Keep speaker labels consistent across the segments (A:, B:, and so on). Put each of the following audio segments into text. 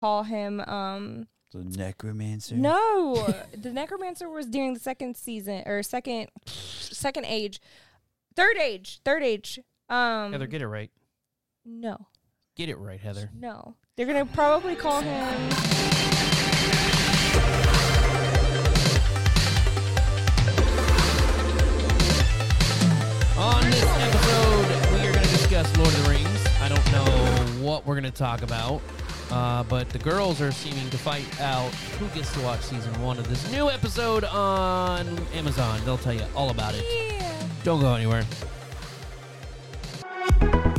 A: call him um
B: The necromancer.
A: no, the necromancer was during the second season or second second age, third age, third age. Um,
C: Heather, get it right.
A: no,
C: Get it right, Heather.
A: no, they're gonna probably call him.
C: On this episode, we are going to discuss Lord of the Rings. I don't know what we're going to talk about, uh, but the girls are seeming to fight out who gets to watch season one of this new episode on Amazon. They'll tell you all about it.
A: Yeah.
C: Don't go anywhere. Uh,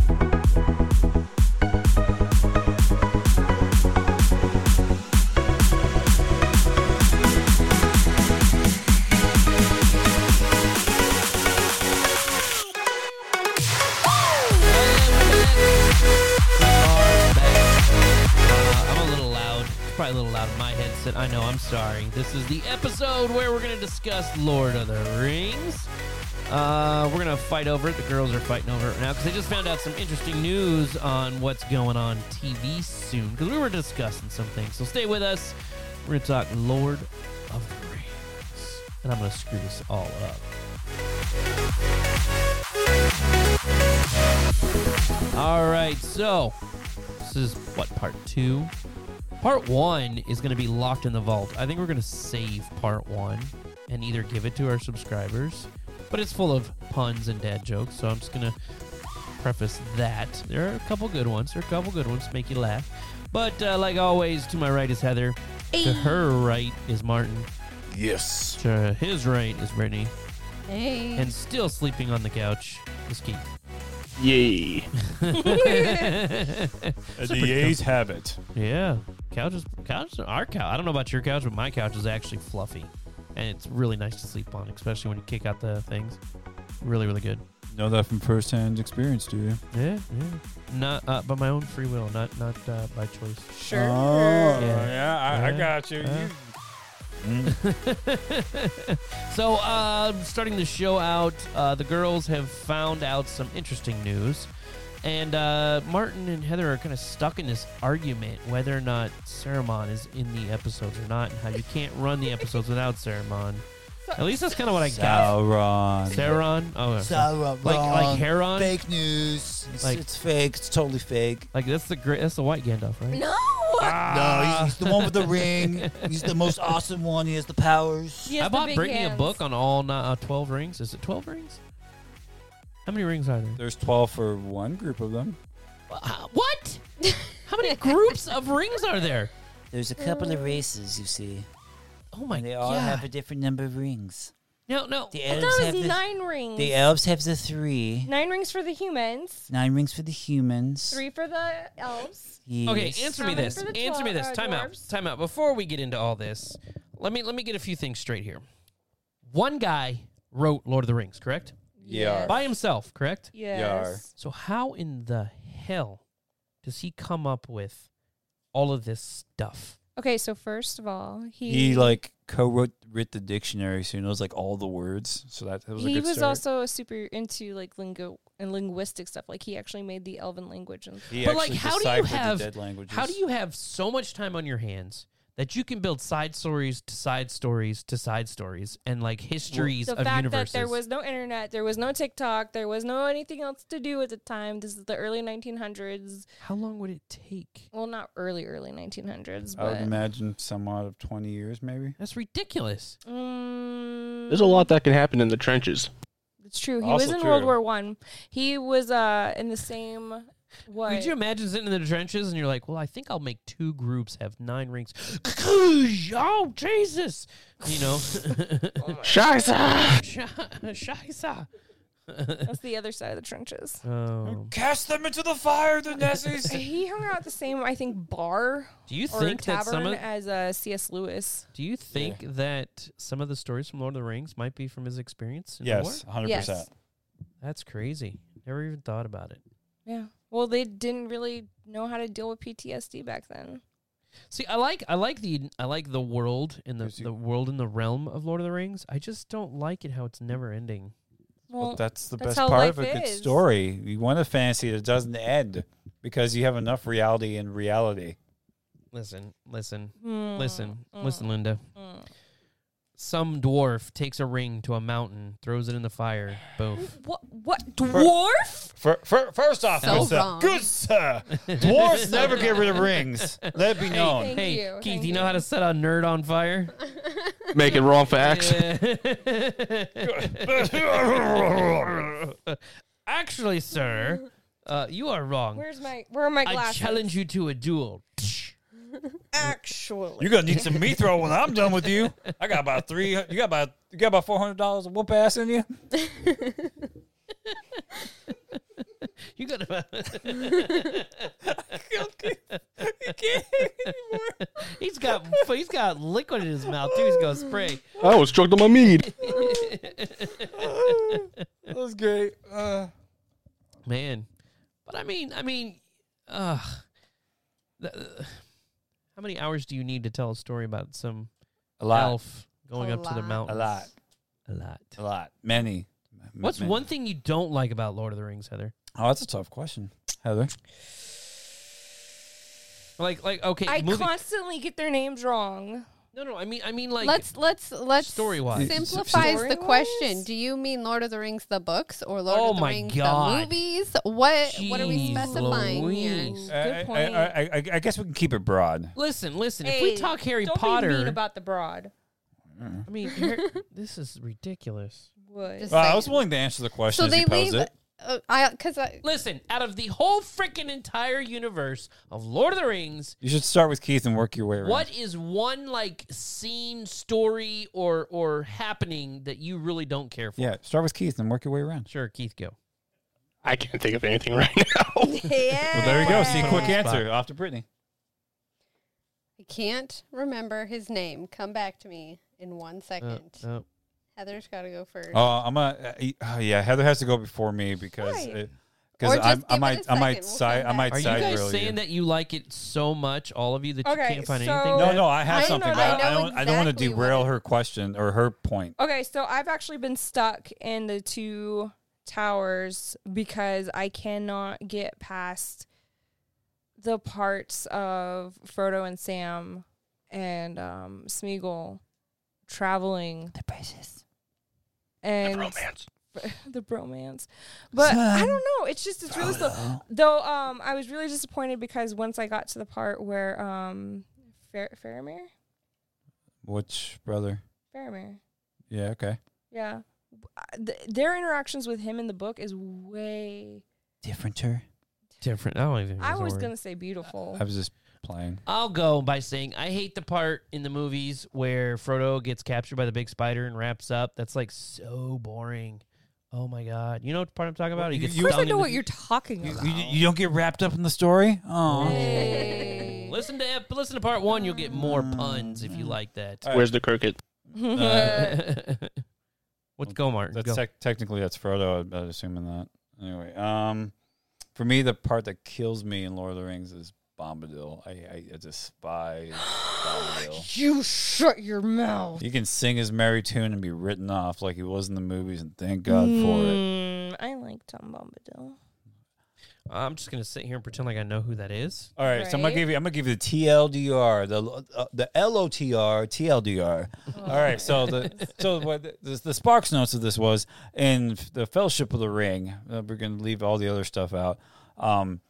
C: I'm a little loud. It's probably a little loud in my headset. I know. I'm sorry. This is the episode where we're going to discuss Lord of the Rings. Uh, we're going to fight over it. The girls are fighting over it right now because I just found out some interesting news on what's going on TV soon because we were discussing some things. So stay with us. We're going to talk Lord of the Rings. And I'm going to screw this all up. All right, so this is what part two. Part one is going to be locked in the vault. I think we're going to save part one and either give it to our subscribers, but it's full of puns and dad jokes, so I'm just going to preface that. There are a couple good ones. There are a couple good ones make you laugh. But uh, like always, to my right is Heather. To her right is Martin.
B: Yes.
C: To his right is Brittany.
A: Hey.
C: And still sleeping on the couch is Keith.
D: Yay.
B: The
C: Super
B: A's have it.
C: Yeah, couch is couch. Our couch. I don't know about your couch, but my couch is actually fluffy, and it's really nice to sleep on, especially when you kick out the things. Really, really good.
B: Know that from firsthand experience, do you?
C: Yeah, yeah. Not uh, by my own free will, not not uh, by choice.
A: Sure.
B: Oh,
C: Yeah.
B: yeah, I, I
C: Yeah.
B: got you.
C: Yeah.
B: you. Mm.
C: so, uh, starting the show out, uh, the girls have found out some interesting news. And uh, Martin and Heather are kind of stuck in this argument whether or not Saruman is in the episodes or not, and how you can't run the episodes without Saruman. At least that's kind of what I got.
B: Sauron.
C: Saruman? Oh, okay.
E: Sauron,
C: like
E: wrong.
C: like Heron?
E: fake news. It's,
C: Like-
E: it's fake. It's totally fake.
C: Like that's the great. That's the white Gandalf, right?
A: No.
C: Ah,
A: Ah.
E: No, he's, he's the one with the ring. He's the most awesome one. He has the powers.
A: He has
C: I
A: the
C: bought
A: big
C: Brittany a
A: hands.
C: book on all ni- uh, twelve rings. Is it twelve rings? How many rings are there?
B: There's 12 for one group of them.
C: Uh, What? How many groups of rings are there?
E: There's a couple of races, you see,
C: Oh my
E: and they all
C: god!
E: have a different number of rings.
C: no, no.
E: The
A: I
E: elves
A: thought
E: have
A: it was
E: the
A: nine rings.
E: the elves have the three.
A: nine rings for the humans.
E: Nine rings for the humans.
A: Three for the elves.
E: Yes.
C: Okay, answer me
A: How many
C: this.
A: for the
C: Answer me
A: twelve,
C: this.
A: uh,
C: Time out.
A: dwarves?
C: Time out. Before we get into all this, let me let me get a few things straight here. One guy wrote Lord of the Rings, correct?
B: Yeah.
C: By himself, correct?
A: Yes.
C: So how in the hell does he come up with all of this stuff?
A: Okay, so first of all, he
B: He like co-wrote writ the dictionary, so he knows like all the words. So that, that was a
A: he
B: good
A: was
B: start.
A: also super into like lingo and linguistic stuff. Like he actually made the Elven language and
B: He
C: But, like,
B: actually
C: how do you
B: deciphered the
C: have-
B: dead languages.
C: How do you have so much time on your hands that you can build side stories to side stories to side stories and like histories
A: the
C: of
A: fact
C: universes?
A: that there was no internet, there was no TikTok, there was no anything else to do at the time. This is the early 1900s.
C: How long would it take?
A: Well, not early, early 1900s,
B: I would
A: but
B: imagine somewhat of 20 years, maybe.
C: That's ridiculous.
A: mm,
D: There's a lot that can happen in the trenches.
A: It's true. He
B: Also
A: was in World
B: true.
A: War One. He was uh in the same. What?
C: Could you imagine sitting in the trenches and you're like, well, I think I'll make two groups have nine rings. oh, Jesus. You know?
D: Shiza!
C: Shiza.
A: That's the other side of the trenches.
C: Oh.
B: Cast them into the fire, the Nazis!
A: He hung out at the same, I think, bar
C: Do you
A: or
C: think that some
A: tavern
C: of,
A: as uh, C.S. Lewis.
C: do you think that some of the stories from Lord of the Rings might be from his experience in the war?
B: yes, 100%.
A: Yes.
C: That's crazy. Never even thought about it.
A: Yeah. Well, they didn't really know how to deal with PTSD back then.
C: See, I like I like the I like the world in the,
B: There's you-
C: the world in the realm of Lord of the Rings. I just don't like it how it's never ending.
A: Well,
B: but that's the
A: that's how
B: best part
A: life
B: of a good
A: is.
B: story. You want a fantasy that doesn't end because you have enough reality in reality.
C: Listen, listen,
A: hmm. Mm,
C: listen, listen, Linda. Some dwarf takes a ring to a mountain, throws it in the fire. Boom.
A: What? What? Dwarf?
B: Fir- fir- first off,
F: So
B: good sir.
F: wrong.
B: Good sir. Dwarfs never get rid of rings. Let it be known.
A: Thank
C: hey,
A: you,
C: Keith,
A: thank
C: do you know
A: you.
C: how to set a nerd on fire?
D: Make it wrong for accident.
C: Actually, sir, uh, you are wrong.
A: Where's my? Where are my
C: I
A: glasses?
C: challenge you to a duel.
A: Actually,
B: You're gonna need some meat throw when I'm done with you. I got about three. You got about you got about four hundred dollars of whoop ass in you.
C: You got to. he's got he's got liquid in his mouth too. He's gonna spray.
D: I was choked Oh, on my mead.
B: That was great. Uh,
C: man. But I mean, I mean, ugh. Th- th- how many hours do you need to tell a story about some
B: a lot,
C: elf going
F: A
C: up to the
F: lot.
B: a
C: mountain?
B: lot,
C: A lot.
B: a lot, many.
C: What's
B: Many.
C: one thing you don't like about Lord of the Rings, Heather?
B: Oh, that's a tough question, Heather.
C: Like, like, okay,
A: I
C: movie.
A: constantly get their names wrong.
C: no, no, I mean, I mean, like,
F: let's let's let's
C: Story-wise.
F: simplifies the
A: Story-wise?
F: question. Do you mean Lord of the Rings the books or Lord
C: Oh
F: of the
C: my
F: Rings
C: God.
F: the movies? What what are
C: Jeez
F: we specifying here?
C: Louise.
A: Good
B: I-
A: point.
B: I, I, I, I guess we can keep it broad.
C: listen, listen. if we
A: Hey,
C: talk Harry
A: don't
C: Potter,
A: be mean about the broad.
C: I mean, Har- this is ridiculous.
A: Would
F: Just
B: Well, I was
F: saying.
B: willing to answer the question
F: so
B: as
F: they
B: you posed
F: leave.
B: it.
F: Uh, I because I,
C: Listen, out of the whole freaking entire universe of Lord of the Rings,
B: You should start with Keith and work your way around.
C: What is one like scene, story, or or happening that you really don't care for?
B: Yeah, start with Keith and work your way around.
C: Sure, Keith, go.
D: I can't think of anything right now.
F: yeah.
B: Well, there you go. See, quick
C: Spot.
B: answer off to Brittany.
F: I can't remember his name. Come back to me in
C: Uh,
F: one second. Heather's got to go first.
B: Oh, I'm a. Oh, yeah, Heather has to go before me because
A: Why?
B: it-
F: Or
B: because
F: just
B: I'm- I
F: give it
B: might
F: a
B: I might
F: second. We'll
B: side
F: come
B: I might
C: Are you
B: side
C: guys
B: rail
C: saying
B: you.
C: that you like it so much, all of you, that
A: Okay,
C: you can't find
A: so-
C: anything?
B: No, no, I have
F: I
B: something,
F: know-
B: but I,
F: I know
B: don't. I don't want to
F: exactly what
B: derail
F: it-
B: her question or her point.
A: Okay, so I've actually been stuck in the two towers because I cannot get past the parts of Frodo and Sam and um, Smeagol traveling. The precious. And the bromance. But I don't know. It's just it's really slow. Though um, I was really disappointed because once I got to the part where um, Fer- Faramir,
B: Which brother?
A: Faramir,
B: Yeah. Okay.
A: yeah, Uh, th- their interactions with him in the book is way.
B: Differenter.
C: different. I don't even. think
A: I
C: it's a
A: was
C: word.
A: gonna say beautiful.
B: I was just playing.
C: I'll go by saying I hate the part in the movies where Frodo gets captured by the big spider and wraps up. That's like so boring. Oh my god! You know what part I'm talking about? He
B: You-
C: gets
B: you-
A: of course, I
C: stung
A: know
C: in the-
A: what you're talking
B: You,
A: about.
B: you, you don't get wrapped up in the story. Oh.
A: Hey.
C: Listen to ep- listen to part one. You'll get more puns if you
A: Mm.
C: like that.
D: Where's the cricket?
B: uh,
C: What's go, Martin?
B: That's
C: go.
B: tec- technically that's Frodo. I'd, I'd assume in that. Anyway, um, for me, the part that kills me in Lord of the Rings is Bombadil. I, I, I despise Bombadil.
A: you shut your mouth.
B: You can sing his merry tune and be written off like he was in the movies, and thank God for it.
A: Mm, I like Tom Bombadil.
C: I'm just gonna sit here and pretend like I know who that is.
B: All right, so I'm gonna
A: Right?
B: give you. I'm gonna give you the TLDR, the uh, the LOTR, TLDR. All right, so the so what the, the, sparks notes of this was in the Fellowship of the Ring. Uh, we're gonna leave all the other stuff out. Um,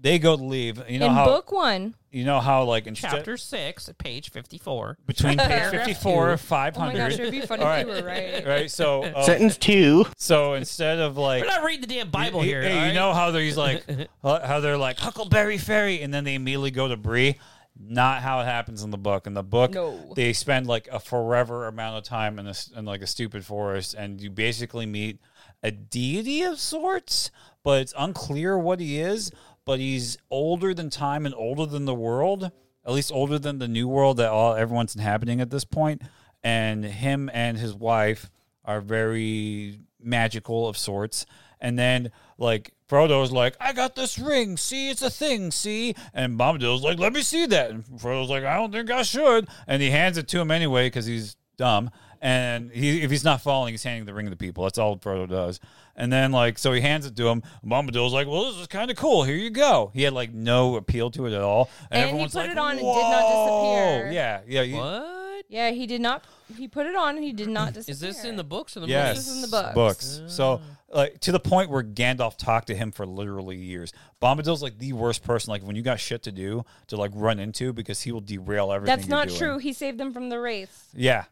B: they go to leave. You know
A: in
B: how
A: book one,
B: you know how like in st-
C: Chapter six, page fifty-four.
B: between page
A: Paragraph
B: 54
C: two.
B: five
A: oh my gosh,
B: hundred.
A: it'd be funny
B: All
A: if you
B: right.
A: were right.
B: right, so uh,
D: two.
B: so instead of like
C: We're not reading the damn Bible
B: Hey,
C: here.
B: hey,
C: all
B: you
C: right?
B: know how they're he's like how how they're like Huckleberry Fairy, and then they immediately go to Bree. Not how it happens in the book. In the book,
A: No.
B: they spend like a forever amount of time in this in like a stupid forest, and you basically meet a deity of sorts, but it's unclear what he is. But he's older than time and older than the world, at least older than the new world that all everyone's inhabiting at this point. And him and his wife are very magical of sorts. And then like Frodo's like, I got this ring. See, it's a thing. See, and Bombadil's like, let me see that. And Frodo's like, I don't think I should. And he hands it to him anyway because he's dumb. And he, if he's not falling, he's handing the ring to people. That's all Frodo does. And then, like, so he hands it to him. Bombadil's like, well, this is kind of cool. Here you go. He had, like, no appeal to it at all.
A: And he put it on and did not
B: "Whoa."
A: disappear.
B: Yeah. Yeah. you-
C: What?
A: Yeah, he did not. He put it on and he did not disappear.
C: Is this in the books or the
B: yes.
A: is
C: movies?
A: in the books.
B: So, like, to the point where Gandalf talked to him for literally years. Bombadil's, like, the worst person, like, when you got shit to do, to, like, run into because he will derail everything.
A: That's
B: you're
A: not
B: doing.
A: true. He saved them from the wraith.
B: Yeah.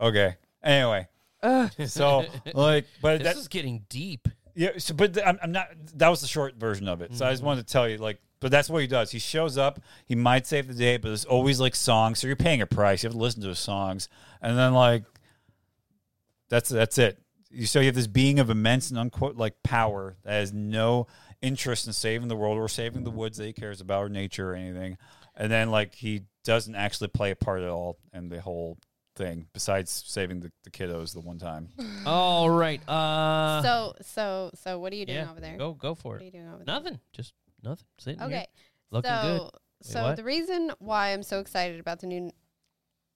B: Okay. Anyway. So like, but
C: This
B: that,
C: is getting deep.
B: yeah. So, but th- I'm, I'm not. That was the short version of it. So I just wanted to tell you, like, but that's what he does. He shows up. He might save the day, but there's always like songs. So you're paying a price. You have to listen to his songs, and then like, that's that's it. You so you have this being of immense and unquote like power that has no interest in saving the world or saving the woods that he cares about or nature or anything, and then like he doesn't actually play a part at all in the whole thing besides saving the, the kiddos the one time.
C: All right. Uh,
F: so so so what are you doing
C: yeah,
F: over there?
C: Go go for
F: What are you
C: it.
F: doing over there?
C: Nothing. Just nothing. Sitting here,
F: Okay.
C: looking
F: so
C: good.
F: so
C: what?
F: the reason why I'm so excited about the new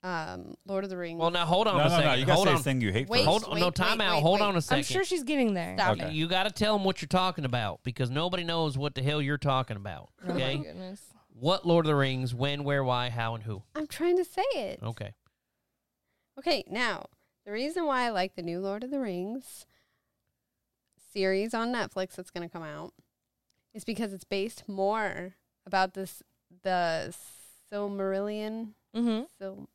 F: um Lord of the Rings.
C: Well, now hold on
B: No,
C: a
B: no,
C: second.
B: no. You gotta
C: hold
B: say
C: on.
B: the thing you hate
F: Wait.
B: first.
C: Hold on. no
F: Wait,
C: time
F: wait,
C: out.
F: wait,
C: hold
F: wait.
C: on a second.
A: I'm sure she's getting there.
F: Stop
B: Okay.
F: it.
C: You got to tell them what you're talking about because nobody knows what the hell you're talking about.
A: Oh my
C: Okay.
A: goodness.
C: what Lord of the Rings, when, where, why, how, and who.
F: I'm trying to say it.
C: Okay.
F: Okay, now the reason why I like the new Lord of the Rings series on Netflix that's going to come out is because it's based more about this the Silmarillion.
A: Mm-hmm.
F: Sil-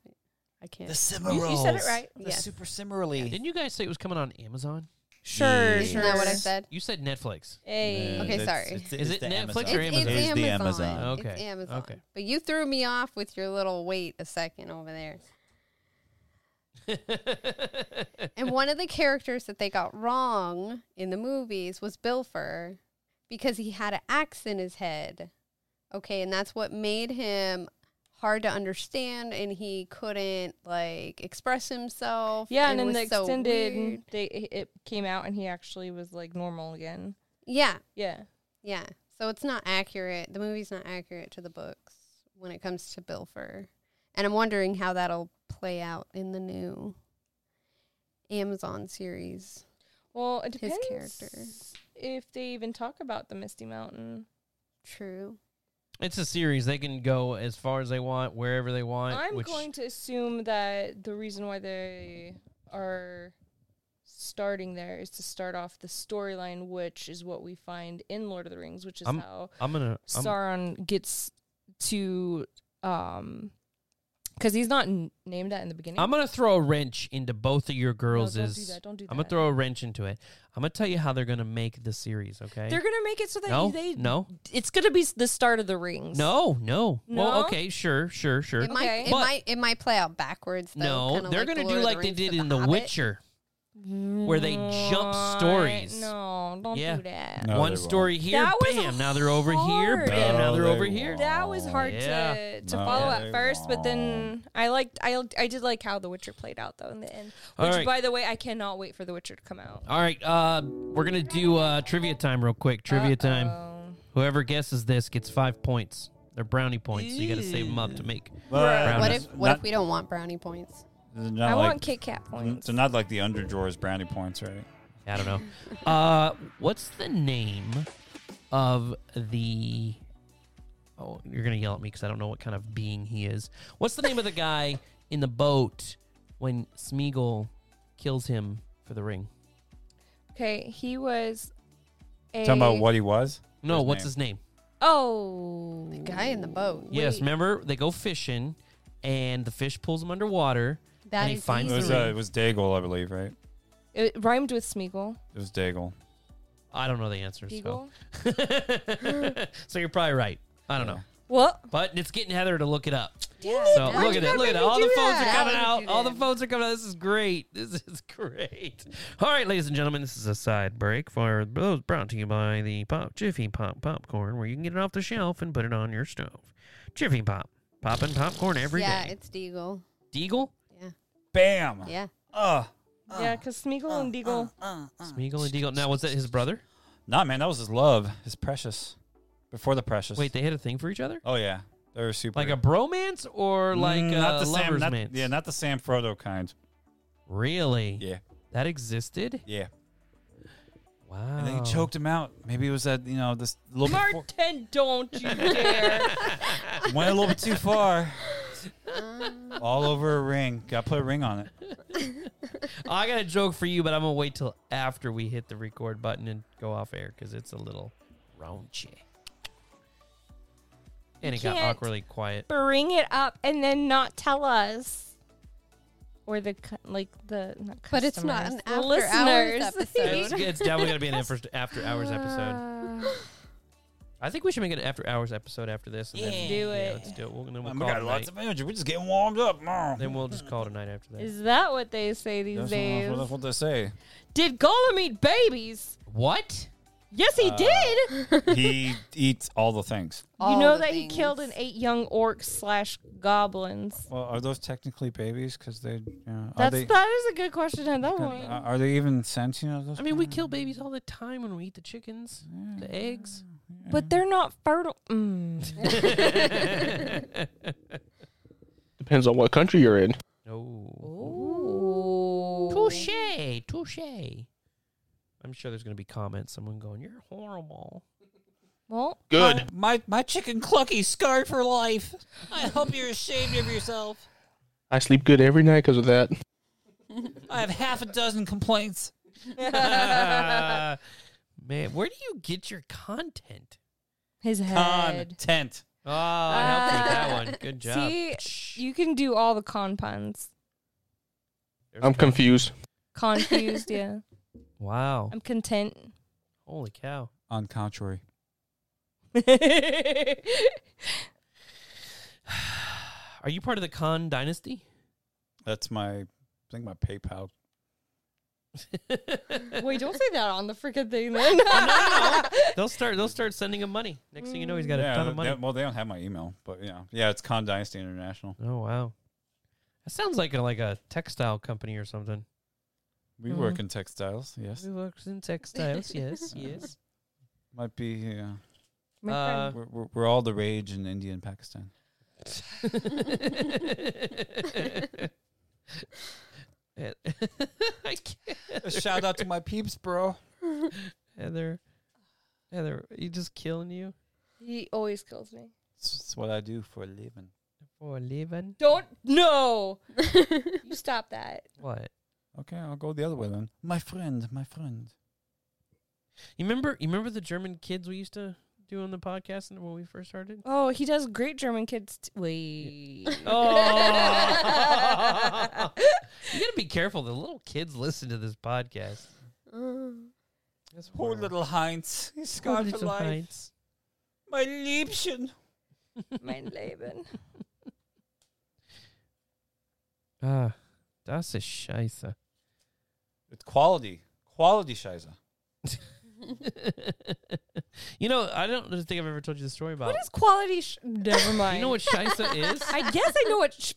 F: I can't.
E: The
A: You,
E: Cimarroles.
A: you said it right.
E: The
F: Yes.
E: Super Cimarroli.
C: Didn't you guys say it was coming on Amazon?
A: Sure.
E: Yes.
F: Isn't that what I
A: sure.
F: said?
C: You said Netflix.
A: Hey.
F: Okay,
E: it's-
F: sorry.
E: it's-
C: Is
E: it's
C: it
E: the Amazon.
C: Netflix or
F: It's,
C: Amazon?
F: it's
E: It is the
F: Amazon.
E: Amazon.
F: It's
C: Okay,
F: Amazon.
C: okay.
F: But you threw me off with your little wait a second over there. and one of the characters that they got wrong in the movies was Bilfer because he had an axe in his head. Okay, and that's what made him hard to understand and he couldn't like express himself.
A: Yeah,
F: It
A: and in
F: was
A: the
F: so
A: extended,
F: weird.
A: they it came out and he actually was like normal again.
F: Yeah.
A: Yeah.
F: Yeah. So it's not accurate. The movie's not accurate to the books when it comes to Bilfer. And I'm wondering how that'll play out in the new Amazon series.
A: Well, it
F: His
A: depends
F: character.
A: if they even talk about the Misty Mountain.
F: True.
C: It's a series. They can go as far as they want, wherever they want.
A: I'm
C: which,
A: going to assume that the reason why they are starting there is to start off the storyline, which is what we find in Lord of the Rings, which is
C: I'm-
A: how
C: I'm gonna. I'm,
A: Sauron gets to um because he's not n- named that in the beginning.
C: I'm gonna throw a wrench into both of your
A: No,
C: girls'
A: don't do that. Don't do that.
C: I'm gonna throw a wrench into it. I'm gonna tell you how they're gonna make the series. Okay.
A: They're gonna make it so that
C: no,
A: they
C: no,
A: It's gonna be s- the start of the rings.
C: no, no, Well,
A: No?
C: okay, sure, sure, sure.
F: It might
A: Okay.
F: it
C: But-
F: might it might play out backwards though.
C: no,
F: kinda
C: they're
F: the
C: gonna
F: Lord
C: do
F: of
C: like they
F: Rings
C: did
F: with
C: in The
F: Hobbit.
C: Witcher. where they jump stories.
A: No, don't
C: Yeah.
A: do that.
B: No, they
C: One
B: won't.
C: story here,
A: That was
C: bam, now they're over here,
A: hard.
C: bam, now
B: No,
C: they're over
B: they
C: here.
A: That was hard
C: Yeah.
A: to, to
B: No,
A: follow
B: they
A: at first, but then I liked I I did like how The Witcher played out though in the end.
C: All
A: Which,
C: right.
A: by the way, I cannot wait for The Witcher to come out.
C: All right, uh, we're gonna do uh, trivia time real quick. Trivia time.
A: Um,
C: Whoever guesses this gets five points. They're brownie points. So you gotta save them up to make.
B: But
F: What if
B: it's
F: what
B: not-
F: if we don't want brownie points?
B: they're not
A: I
B: like,
A: want Kit Kat points.
B: They're not like the underdrawers brownie points, right?
C: I don't know. uh, what's the name of the? Oh, you're gonna yell at me because I don't know what kind of being he is. What's the name of the guy in the boat when Smeagol kills him for the ring?
A: Okay, he was a
B: Talking about what he was.
C: No,
B: His
C: what's
B: name.
C: his name?
A: Oh,
F: The guy in the boat.
C: Yes, remember they go fishing, and the fish pulls him underwater,
F: That
C: and he
F: is
C: finds
B: It
F: easy.
C: the
B: was,
C: ring.
B: uh, it was Daigle, I believe, right?
A: it rhymed with Smeagol.
B: It was Daigle.
C: I don't know the answer. So.
A: Beagle.
C: so you're probably right. I don't know,
A: What?
C: but it's getting Heather to look it up.
F: Damn
C: So
F: Why'd
C: look
F: you
C: at it,
F: not
C: look at
F: make
C: it.
F: me
C: All
F: do
C: the phones are
F: that?
C: coming
F: Why would
C: out.
F: you
C: All the
F: do that?
C: phones are coming out. This is great. This is great. All right, ladies and gentlemen, this is a side break for those brought to you by the Pop Jiffy Pop popcorn, where you can get it off the shelf and put it on your stove. Jiffy Pop, popping popcorn every day.
F: yeah, it's Deagle.
C: Deagle,
F: Yeah.
B: Bam.
F: Yeah.
B: Ugh.
A: yeah, because Smeagol
B: uh,
A: and Deagle.
F: Uh-huh.
C: Smeagol, and Deagle. Now was that his brother?
B: Nah, man, that was his love, his precious. Before the precious.
C: Wait, they had a thing for each other,
B: Oh yeah, they were super.
C: like a bromance or like
B: Mm,
C: uh,
B: not the
C: lovers
B: Sam, not,
C: mance?
B: yeah, not the Sam Frodo kind.
C: Really?
B: Yeah,
C: That existed?
B: yeah.
C: Wow.
B: And then he choked him out. Maybe it was that you know this little bit for-
A: Martin, don't you dare.
B: went a little bit too far.
C: Um,
B: All over a ring. Got to put a ring on it.
C: Oh, I got a joke for you, but I'm gonna wait till after we hit the record button and go off air because it's a little raunchy. And
A: You
C: it got
A: can't-
C: awkwardly quiet.
A: Bring it up and then not tell us. Or the cu- like the not
F: But it's not an
A: customers, the
F: after
A: listeners.
F: hours episode.
C: It's, it's definitely gonna be an first after hours episode.
A: Uh,
C: I think we should make an after hours episode after this. And then,
A: Do
C: yeah,
A: it.
C: let's do it. We'll, then, we'll
B: Man, we
C: call it
B: got
C: a
B: lots
C: night.
B: of energy. We're just getting warmed up. Mm.
C: then we'll just call it a night after that.
A: is that what they say these
B: That's what-
A: days?
B: that's what they say.
A: Did Gollum eat babies?
C: What?
A: Yes, he did.
B: he eats all the things.
A: you know that he killed and ate young orcs slash goblins.
B: Well, are those technically babies? Because they, you know, are
A: That's
B: they, uh,
A: that is a good question at that point.
B: are are they even sentient? At this
C: I mean, we
A: Mm.
B: point?
C: kill babies all the time when we eat the chickens, the eggs.
A: but they're not fertile. Mm.
D: Depends on what country you're in.
C: No.
A: Ooh.
C: Touche, touche. I'm sure there's gonna be comments. Someone going, "You're horrible."
A: Well,
D: Good.
B: My my chicken clucky scarred for life.
G: I hope you're ashamed of yourself.
D: I sleep good every night because of that.
B: I have half a dozen complaints.
C: Man, where do you get your content?
A: his head.
B: Content.
C: Oh, I helped you with that one. Good job.
A: See, you can do all the con puns.
C: There's
D: I'm
C: that.
D: confused.
A: Confused, yeah.
C: Wow.
A: I'm content.
C: Holy cow.
B: On contrary.
C: Are you part of the Khan dynasty?
B: That's my, I think my PayPal.
A: Wait, don't say that on the freaking thing then.
C: They'll start. They'll start sending him money. Next thing you know, he's got
B: yeah,
C: a ton of money.
B: they- well, they don't have my email, but yeah, yeah, it's Con Dynasty International.
C: Oh wow. That sounds like a, like a textile company or something.
B: We
C: Mhm.
B: work in textiles. Yes,
C: Who works in textiles? Yes, yes.
B: might be. Yeah,
A: My
C: Uh,
B: we're, we're, we're all the rage in India and Pakistan.
C: I can't.
B: Shout out to my peeps, bro.
C: Heather, Heather, you just killing you
A: friend. He always kills me.
B: It's, it's what I do for a living.
C: for a living.
A: Don't no. you stop that.
C: What?
B: Okay, I'll go the other way then. My friend, my friend.
C: You remember? You remember the German kids we used to do on the podcast and when we first started?
A: Oh, he does great German kids. T- Wait.
C: Oh. you gotta be careful. The little kids listen to this podcast. That's horrible.
B: Heinz. He's
C: Poor little Heinz.
B: My Liebchen.
A: mein Leben.
C: Ah, das ist scheiße.
B: It's quality. Quality Shiza.
C: you know, I don't think I've ever told you the story about.
A: What is quality? Sh- Never mind.
C: you know what scheiße is?
A: I guess I know what. Sh-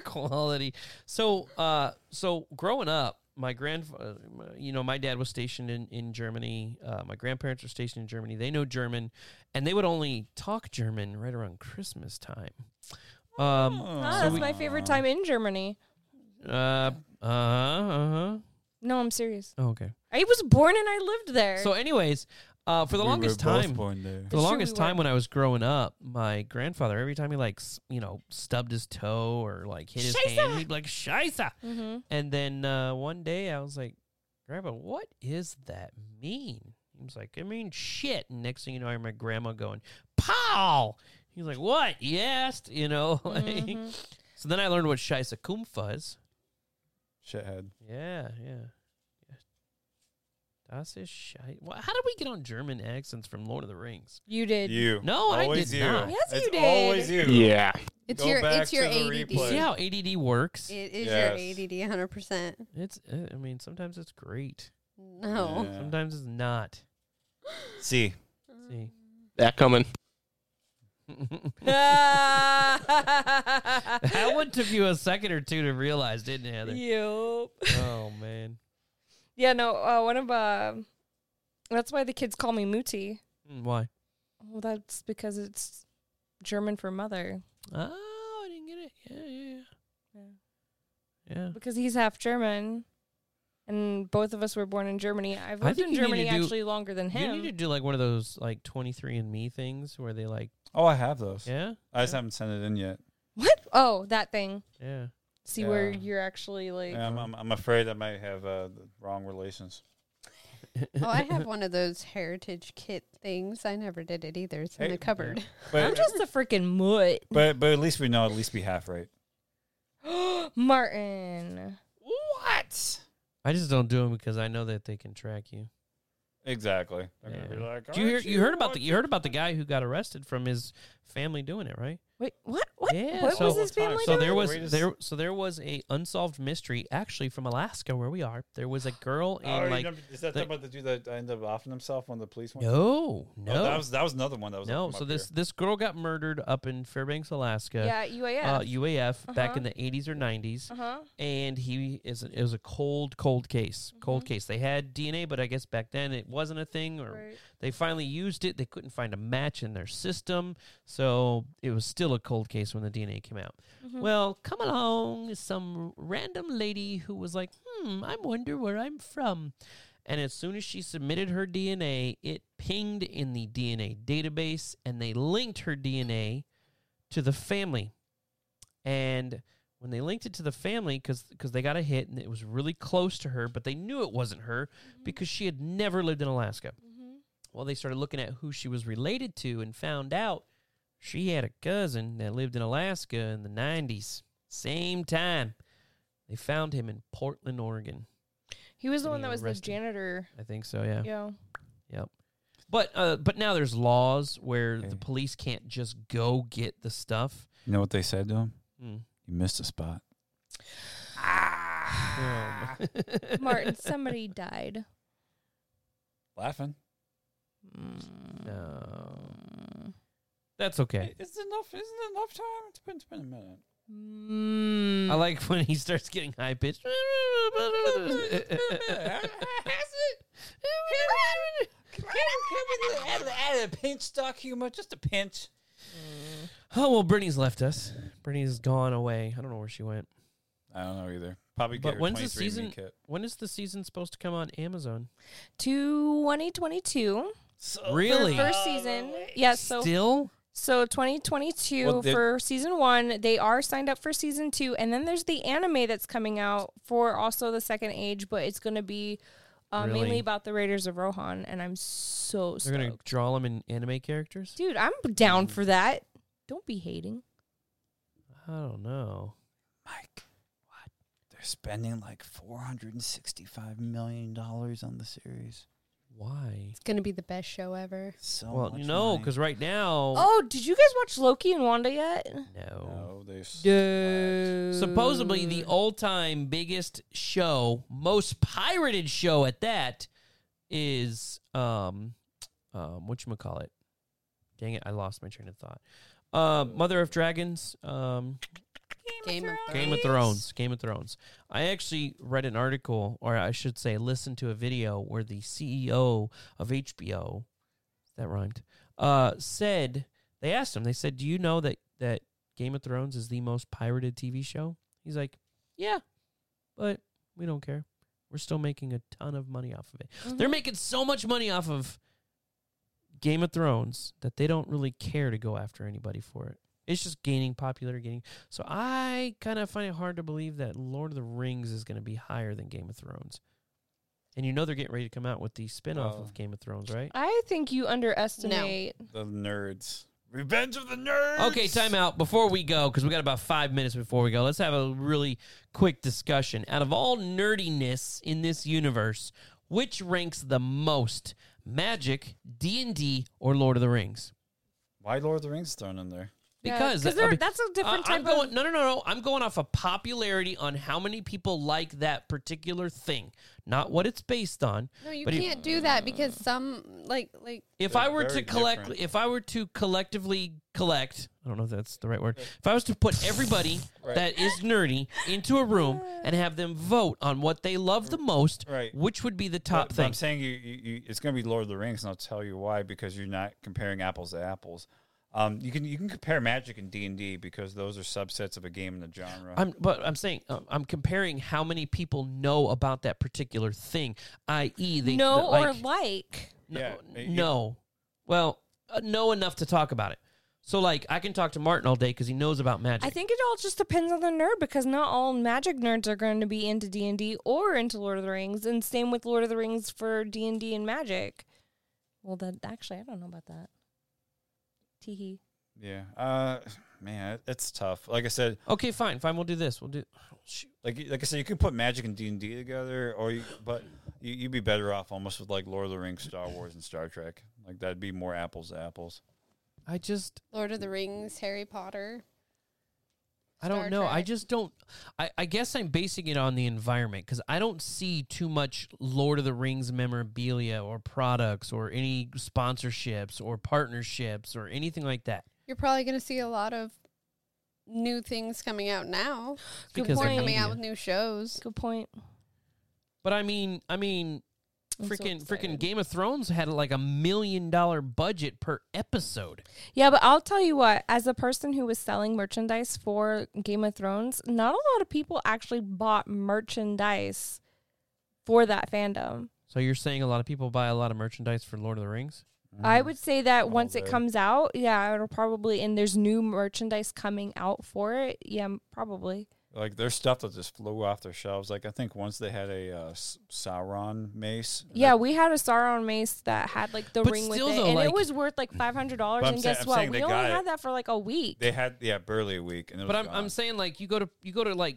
C: quality. So, uh, so growing up, my grand, uh, you know, my dad was stationed in in Germany. Uh, my grandparents were stationed in Germany. They know German, and they would only talk German right around Christmas time. Um,
A: Ah, that's my favorite time in Germany. Oh.
C: uh, uh, uh-huh.
A: No, I'm serious.
C: Oh, okay.
A: I was born and I lived there.
C: So, anyways, uh, for the longest time,
B: born there.
C: For the
A: Sure we
C: longest
A: were.
C: time when I was growing up, my grandfather, every time he like, s- you know, stubbed his toe or like hit his hand, he'd be like, Scheiße.
A: mm-hmm.
C: And then uh, one day I was like, Grandpa, what does that mean? He was like, I mean, shit. And next thing you know, I hear my grandma going, Pow. He's like, What? Yes. You know, like, so then I learned what Scheiße Kumpfa is.
B: Shithead.
C: Yeah, yeah. yeah. Das ist Scheiße. Well, how did we get on German accents from Lord of the Rings?
A: You did.
B: You.
C: No, I
B: always
C: did
B: you.
C: not.
A: Yes,
B: it's
A: you did.
B: Always you.
D: Yeah.
F: It's
B: Go
F: your
B: back
F: it's your
B: to the
F: ADD.
C: You see
B: replay.
C: how ADD works?
F: It is
B: Yes.
F: your ADD 100. percent
C: It's. Uh, I mean, sometimes it's great.
F: No.
B: Yeah.
C: Sometimes it's not.
B: See.
C: See.
D: That coming.
C: that one took you a second or two to realize, didn't it, Heather?
A: Yup.
C: Oh man.
A: Yeah, no, uh, one of uh, that's why the kids call me Muti.
C: Mm, Why?
A: Well, that's because it's German for mother.
C: Oh, I didn't get it. Yeah, yeah, yeah. Yeah.
A: because he's half German, and both of us were born in Germany. I've lived
C: think
A: in
C: you need
A: Germany
C: to do-
A: actually longer than
C: You
A: him.
C: need to do like one of those like 23 and me things where they like,
B: Oh, I have those.
C: yeah,
B: I just haven't sent it in yet.
A: what? Oh, that thing.
C: yeah.
A: See where
B: Yeah.
A: you're actually like.
B: Yeah, I'm, I'm, I'm afraid I might have uh, the wrong relations.
F: Oh, I have one of those heritage kit things. I never did it either. It's in
B: Hey,
F: the cupboard.
A: I'm
B: But,
A: just a freaking mutt,
B: but but at least we know at least be half right.
A: Martin.
B: What?
C: I just don't do them because I know that they can track you.
B: Exactly. They're gonna
C: Yeah.
B: be like,
C: Did you hear?
B: "Aren't
C: You heard about
B: what
C: the? You heard about the guy who got arrested from his family doing it, right?
A: Wait, what? What?
C: Yeah,
A: what
C: so-
A: was his
B: All the time.
A: family
C: so
A: doing?
C: there was
B: Greatest-
C: there so there was a unsolved mystery actually from Alaska where we are. There was a girl
B: Oh,
C: in
B: you
C: like
B: never- is that
C: the-
B: about the dude that ended up offing himself when the police went?
C: no
B: Oh,
C: no
B: that was that was another one that was
C: no.
B: from
C: So
B: up
C: this this girl got murdered up in Fairbanks, Alaska.
A: Yeah, UAF.
C: Uh, UAF back
A: Uh-huh.
C: in the 80s or 90s,
A: uh huh.
C: and he is it was a cold, cold case, cold
A: Mm-hmm.
C: case. They had DNA, but I guess back then it wasn't a thing, or
A: Right.
C: They finally used it. They couldn't find a match in their system, so it was still a cold case when the DNA came out. Well, come along is some random lady who was like, "Hmm, I wonder where I'm from." And as soon as she submitted her DNA, it pinged in the DNA database and they linked her DNA to the family. And when they linked it to the family cuz cuz they got a hit and it was really close to her, but they knew it wasn't her because she had never lived in Alaska. Well, they started looking at who she was related to and found out she had a cousin that lived in Alaska in the 90s. Same time. They found him in Portland, Oregon.
A: He was the
C: And
A: one
C: he
A: that was
C: arrested.
A: the janitor.
C: I think so, yeah.
A: Yeah.
C: Yep. But uh, but now there's laws where
B: Okay.
C: the police can't just go get the stuff.
B: You know what they said to him?
C: Hmm.
B: You missed a spot.
C: Um,
A: Martin, somebody died.
B: Laughing.
C: no. That's okay.
B: Is it enough? Isn't it enough time? It's been, it's been a minute.
A: Mm.
C: I like when he starts getting high pitched. Oh,
G: Can we add, add a pinch stock humor? Just a pinch.
C: Oh well, Brittany's left us. Brittany's gone away. I don't know where she went.
B: I don't know either. Probably.
C: But
B: get her
C: when's the
B: 23andMe
C: season-
B: Kit.
C: When is the season supposed to come on Amazon?
A: 2022.
C: really?
A: For first season. Yes. So
C: Still?
A: so 2022
B: Well, they-
A: for season 1, they are signed up for season 2 and then there's the anime that's coming out for also the second age, but it's going to be uh,
C: Really?
A: mainly about the Raiders of Rohan and I'm so
C: They're gonna
A: stoked.
C: draw them in anime characters?
A: Dude, I'm down for that. Don't be hating.
C: I don't know.
B: Mike, what? They're spending like four hundred and sixty-five million dollars on the series.
C: Why?
F: It's going to be the best show ever.
B: So
C: well,
B: much
C: you know,
B: money.
C: because right now,
A: Oh, did you guys watch Loki and Wanda yet?
C: no.
B: no, they s-
A: Dude.
C: Supposedly the all-time biggest show, most pirated show at that, is um, um, what you call it? Dang it, I lost my train of thought. Uh, Mother of Dragons, um,
F: Game of Thrones.
C: Game of Thrones. Game of Thrones. I actually read an article, or I should say, listened to a video where the CEO of HBO, that rhymed, uh, said they asked him. They said, "Do you know that that Game of Thrones is the most pirated TV show?" He's like, "Yeah, but we don't care. We're still making a ton of money off of it. They're making so much money off of Game of Thrones that they don't really care to go after anybody for it. It's just gaining popularity, gaining so I kind of find it hard to believe that Lord of the Rings is going to be higher than Game of Thrones. And you know they're getting ready to come out with the spin-off
B: Well.
C: of Game of Thrones, right?
A: I think you underestimate.
B: the nerds. Revenge of the nerds.
C: Okay, time out. Before we go, because we got about five minutes before we go, let's have a really quick discussion. Out of all nerdiness in this universe, which ranks the most? Magic, D and D, or Lord of the Rings?
B: Why Lord of the Rings thrown in there?
A: Yeah,
C: Because
A: 'cause
C: I
A: they're-
C: mean,
A: that's a different
C: uh, I'm
A: type
C: going,
A: of-
C: No, no, no, no. I'm going off of popularity on how many people like that particular thing, not what it's based on.
F: No, you
C: But Uh. it-
F: can't do that because some like like
C: If
B: They're
C: I were to
B: very
C: collect,
B: different.
C: if I were to collectively collect, I don't know if that's the right word. If I was to put everybody that is nerdy into a room and have them vote on what they love the most,
B: Right.
C: which would be the
B: But-
C: top
B: but
C: thing?
B: I'm saying you, you, you it's going to be Lord of the Rings, and I'll tell you why because you're not comparing apples to apples. Um, you can you can compare Magic and D and D because those are subsets of a game in the genre.
C: I'm, but I'm saying um, I'm comparing how many people know about that particular thing, i.e., they
A: no
C: the, like,
A: or like.
C: no,
B: Yeah, it-
C: no. well, uh, know enough to talk about it. So like I can talk to Martin all day because he knows about magic.
A: I think it all just depends on the nerd because not all magic nerds are going to be into D and D or into Lord of the Rings, and same with Lord of the Rings for D and D and magic. Well, that actually, I don't know about that. Tee hee.
B: yeah, uh, man, it- it's tough. Like I said,
C: okay, fine, fine. We'll do this. We'll do. shoot.
B: like like I said, you can put Magic and D and D together, or you, but you, you'd be better off almost with like Lord of the Rings, Star Wars, and Star Trek. Like that'd be more apples to apples.
C: I just
F: Lord of the Rings, Harry Potter.
C: I don't
F: Star
C: know. I
F: Trek.
C: just don't. I, I guess I'm basing it on the environment because I don't see too much Lord of the Rings memorabilia or products or any sponsorships or partnerships or anything like that.
F: You're probably going to see a lot of new things coming out now.
C: It's
A: Good
C: because of
A: point.
F: They're coming
C: media.
F: out with new shows.
A: Good point.
C: But I mean, I mean,
A: I'm so
C: freaking freaking
A: excited.
C: Game of Thrones had like a million dollar budget per episode.
A: Yeah, but I'll tell you what, as a person who was selling merchandise for Game of Thrones, not a lot of people actually bought merchandise for that fandom.
C: So you're saying a lot of people buy a lot of merchandise for Lord of the Rings?
A: I
B: Mm.
A: would say that
B: All
A: once it
B: there.
A: comes out, yeah, it'll probably, and there's new merchandise coming out for it. Yeah, m- probably.
B: Like there's stuff that just flew off their shelves. Like I think once they had a uh, S- Sauron mace. and
A: Yeah,
B: that-
A: we had a Sauron mace that had like the
C: But
A: ring
C: still,
A: with it,
C: though,
A: and
C: like-
A: it was worth like five hundred dollars.
B: But I'm
A: And
B: sa-
A: guess
B: I'm
A: what?
B: saying
A: We
B: they
A: only
B: got
A: had
B: it.
A: that for like a week.
B: they had yeah barely a week, and it was
C: But I'm
B: gone.
C: I'm saying like you go to you go to like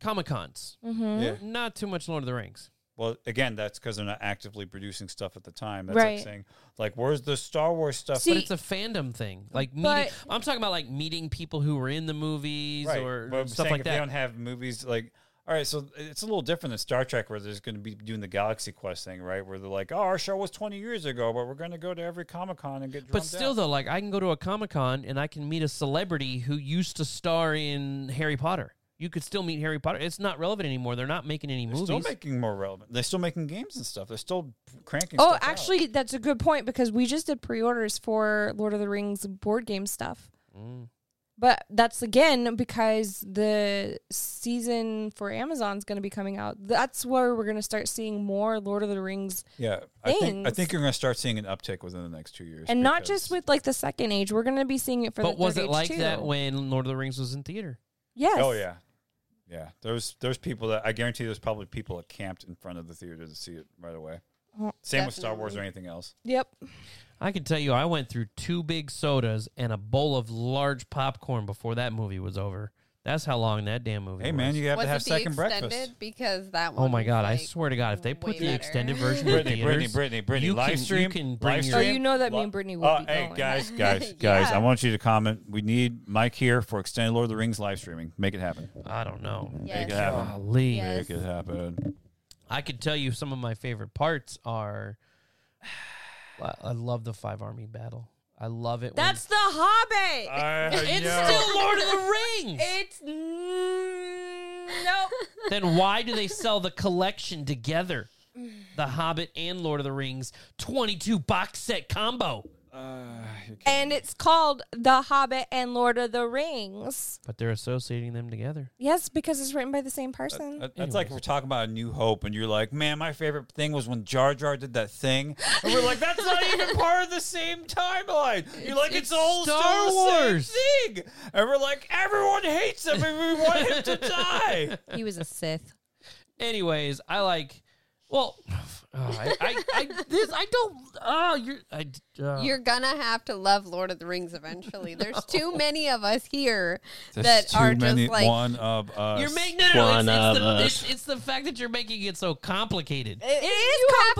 C: Comic Cons,
A: mm-hmm.
B: yeah.
C: not too much Lord of the Rings.
B: Well, again, that's because they're not actively producing stuff at the time. That's
A: Right.
B: like saying, like, where's the Star Wars stuff?
A: See,
C: but it's a fandom thing. Like meeting,
A: But-
C: I'm talking about like meeting people who were in the movies or
B: but I'm
C: stuff
B: saying
C: like
B: if They don't
C: that.
B: have movies like. All right, so it's a little different than Star Trek, where there's going to be doing the Galaxy Quest thing, right? Where they're like, "Oh, our show was 20 years ago, but we're going to go to every Comic Con and get."
C: But
B: drummed
C: still,
B: out."
C: though, like I can go to a Comic Con and I can meet a celebrity who used to star in Harry Potter. You could still meet Harry Potter. It's not relevant anymore. They're not making any
B: they're
C: movies.
B: still making more relevant. They're still making games and stuff. They're still cranking.
A: Oh,
B: stuff out.
A: actually, that's a good point because we just did pre-orders for Lord of the Rings board game stuff.
C: Mm.
A: But that's again because the season for Amazon's going to be coming out. That's where we're going to start seeing more Lord of the Rings,
B: yeah, I think I
A: things.
B: think you're going to start seeing an uptick within the next two years,
A: and not
B: because-
A: just with like the second age. We're going to be seeing it for the
C: but was
A: third
C: it
A: age,
C: like
A: too.
C: that when Lord of the Rings was in theater?
A: Yes.
B: Oh yeah, yeah. There's there's people that I guarantee there's probably people that camped in front of the theater to see it right away.
A: Oh,
B: Same with Star Wars or
F: definitely.
B: anything else.
A: Yep.
C: Mm. I can tell you, I went through two big sodas and a bowl of large popcorn before that movie was over. That's how long that damn movie.
B: Hey
C: was.
B: man, you have
F: Was
B: to have
F: it the
B: second
F: extended?
B: breakfast.
F: Because that one.
C: Oh my
F: was,
C: god! I
F: like,
C: swear to God, if they put
F: way
C: the
F: better.
C: extended version in
B: Brittany,
C: theaters,
B: Brittany, Brittany, Brittany,
C: you
B: live
C: can- you
B: stream,
C: can bring
B: live
C: your-
A: Oh,
B: stream.
A: you know that me and
B: Li-
A: Brittany will
B: Oh,
A: be
B: hey
A: going.
B: guys, guys,
F: Yeah.
B: guys! I want you to comment. We need Mike here for extended Lord of the Rings live streaming. Make it happen.
C: I don't know.
B: Make it
F: Yes.
B: happen.
C: Golly.
F: Yeah. Yes.
B: Make it happen.
C: I could tell you some of my favorite parts are. I I love the five army battle. I love it. when-
A: That's the Hobbit.
B: Uh,
C: it's still Lord of the Rings.
A: it's mm, nope.
C: then why do they sell the collection together? The Hobbit and Lord of the Rings 22 box set combo.
A: and it's called The Hobbit and Lord of the Rings.
C: But they're associating them together.
A: Yes, because it's written by the same person.
B: That- That's like we're talking about a New Hope, and you're like, man, my favorite thing was when Jar Jar did that thing, and we're like, that's not even part of the same timeline. You're like, it's,
C: it's
B: all
C: Star
B: Star
C: Wars.
B: Wars thing, and we're like, everyone hates him, and we want him to die.
A: he was a Sith.
C: Anyways, I like. Well, oh, I, I, I, this, I don't. Oh, you're. I, uh,
F: You're gonna have to love Lord of the Rings eventually. There's too many of us here
B: There's
F: that are
B: too
F: just
B: many-
F: like
B: one of us.
C: You're making no, no,
D: One
C: no. It's, it's,
D: of
C: the,
D: us.
C: it's, it's the fact that you're making it so complicated.
A: it is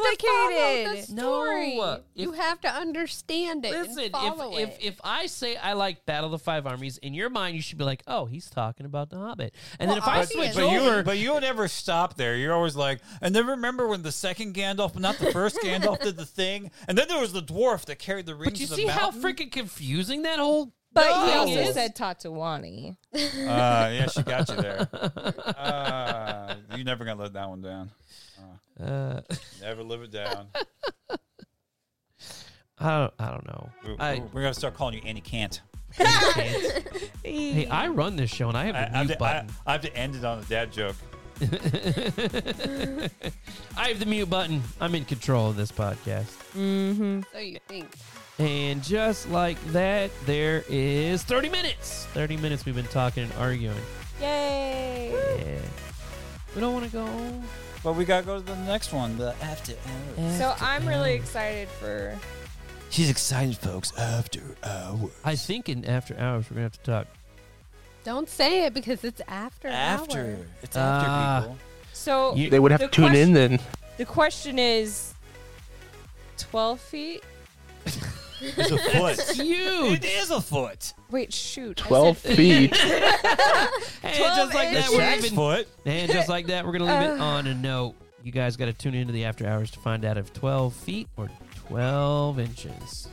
A: complicated.
C: No,
F: story.
C: if-
F: you have to understand it.
C: Listen,
F: and
C: if,
F: follow
C: if
F: it.
C: if I say I like Battle of the Five Armies, in your mind you should be like, oh, he's talking about the Hobbit. And then if I
F: But-
C: switch
B: But you,
C: over,
B: but you would never stop there. You're always like, and then remember when the second Gandalf, but not the first Gandalf, did the thing, and then there was the dwarf that carried the rings.
C: but you
B: to the
C: see how
B: mountain?
C: freaking confusing that whole.
A: But
C: thing
A: he also
C: is?
A: said Tatooine.
B: Uh, yeah, she got you there. Uh, you're never gonna let that one down.
C: Uh,
B: Never live it down.
C: I don't, I don't know.
B: We're,
C: I-
B: we're gonna start calling you Andy Cant.
C: Hey, I run this show and I have
B: I, I,
C: the
B: have
C: mute
B: to, I,
C: button.
B: I have to end it on a dad joke.
C: I have the mute button. I'm in control of this podcast.
F: So you think.
C: And just like that, there is 30 minutes. 30 minutes we've been talking and arguing.
A: Yay.
C: Yeah. We don't want to go.
B: But we gotta go to the next one, the after hours.
A: So
C: after
A: I'm really
C: hours.
A: excited for
E: She's excited, folks. After hours.
C: I think in after hours we're gonna have to talk.
F: Don't say it because it's after.
B: After.
F: hours.
B: It's after
C: Ah.
B: people.
A: so
C: You-
D: They would have
A: The
D: to tune in then.
A: the question is 12 feet
B: It's a foot. it
C: Huge.
B: is a foot.
A: wait shoot I said
D: 12 feet.
C: and
A: 12
C: just like that,
A: inches.
C: we're
A: Shaq's
C: leaving.
B: foot.
C: And just like that, we're gonna leave
B: Uh.
C: it on a note. You guys got to tune into the after hours to find out if 12 feet or 12 inches.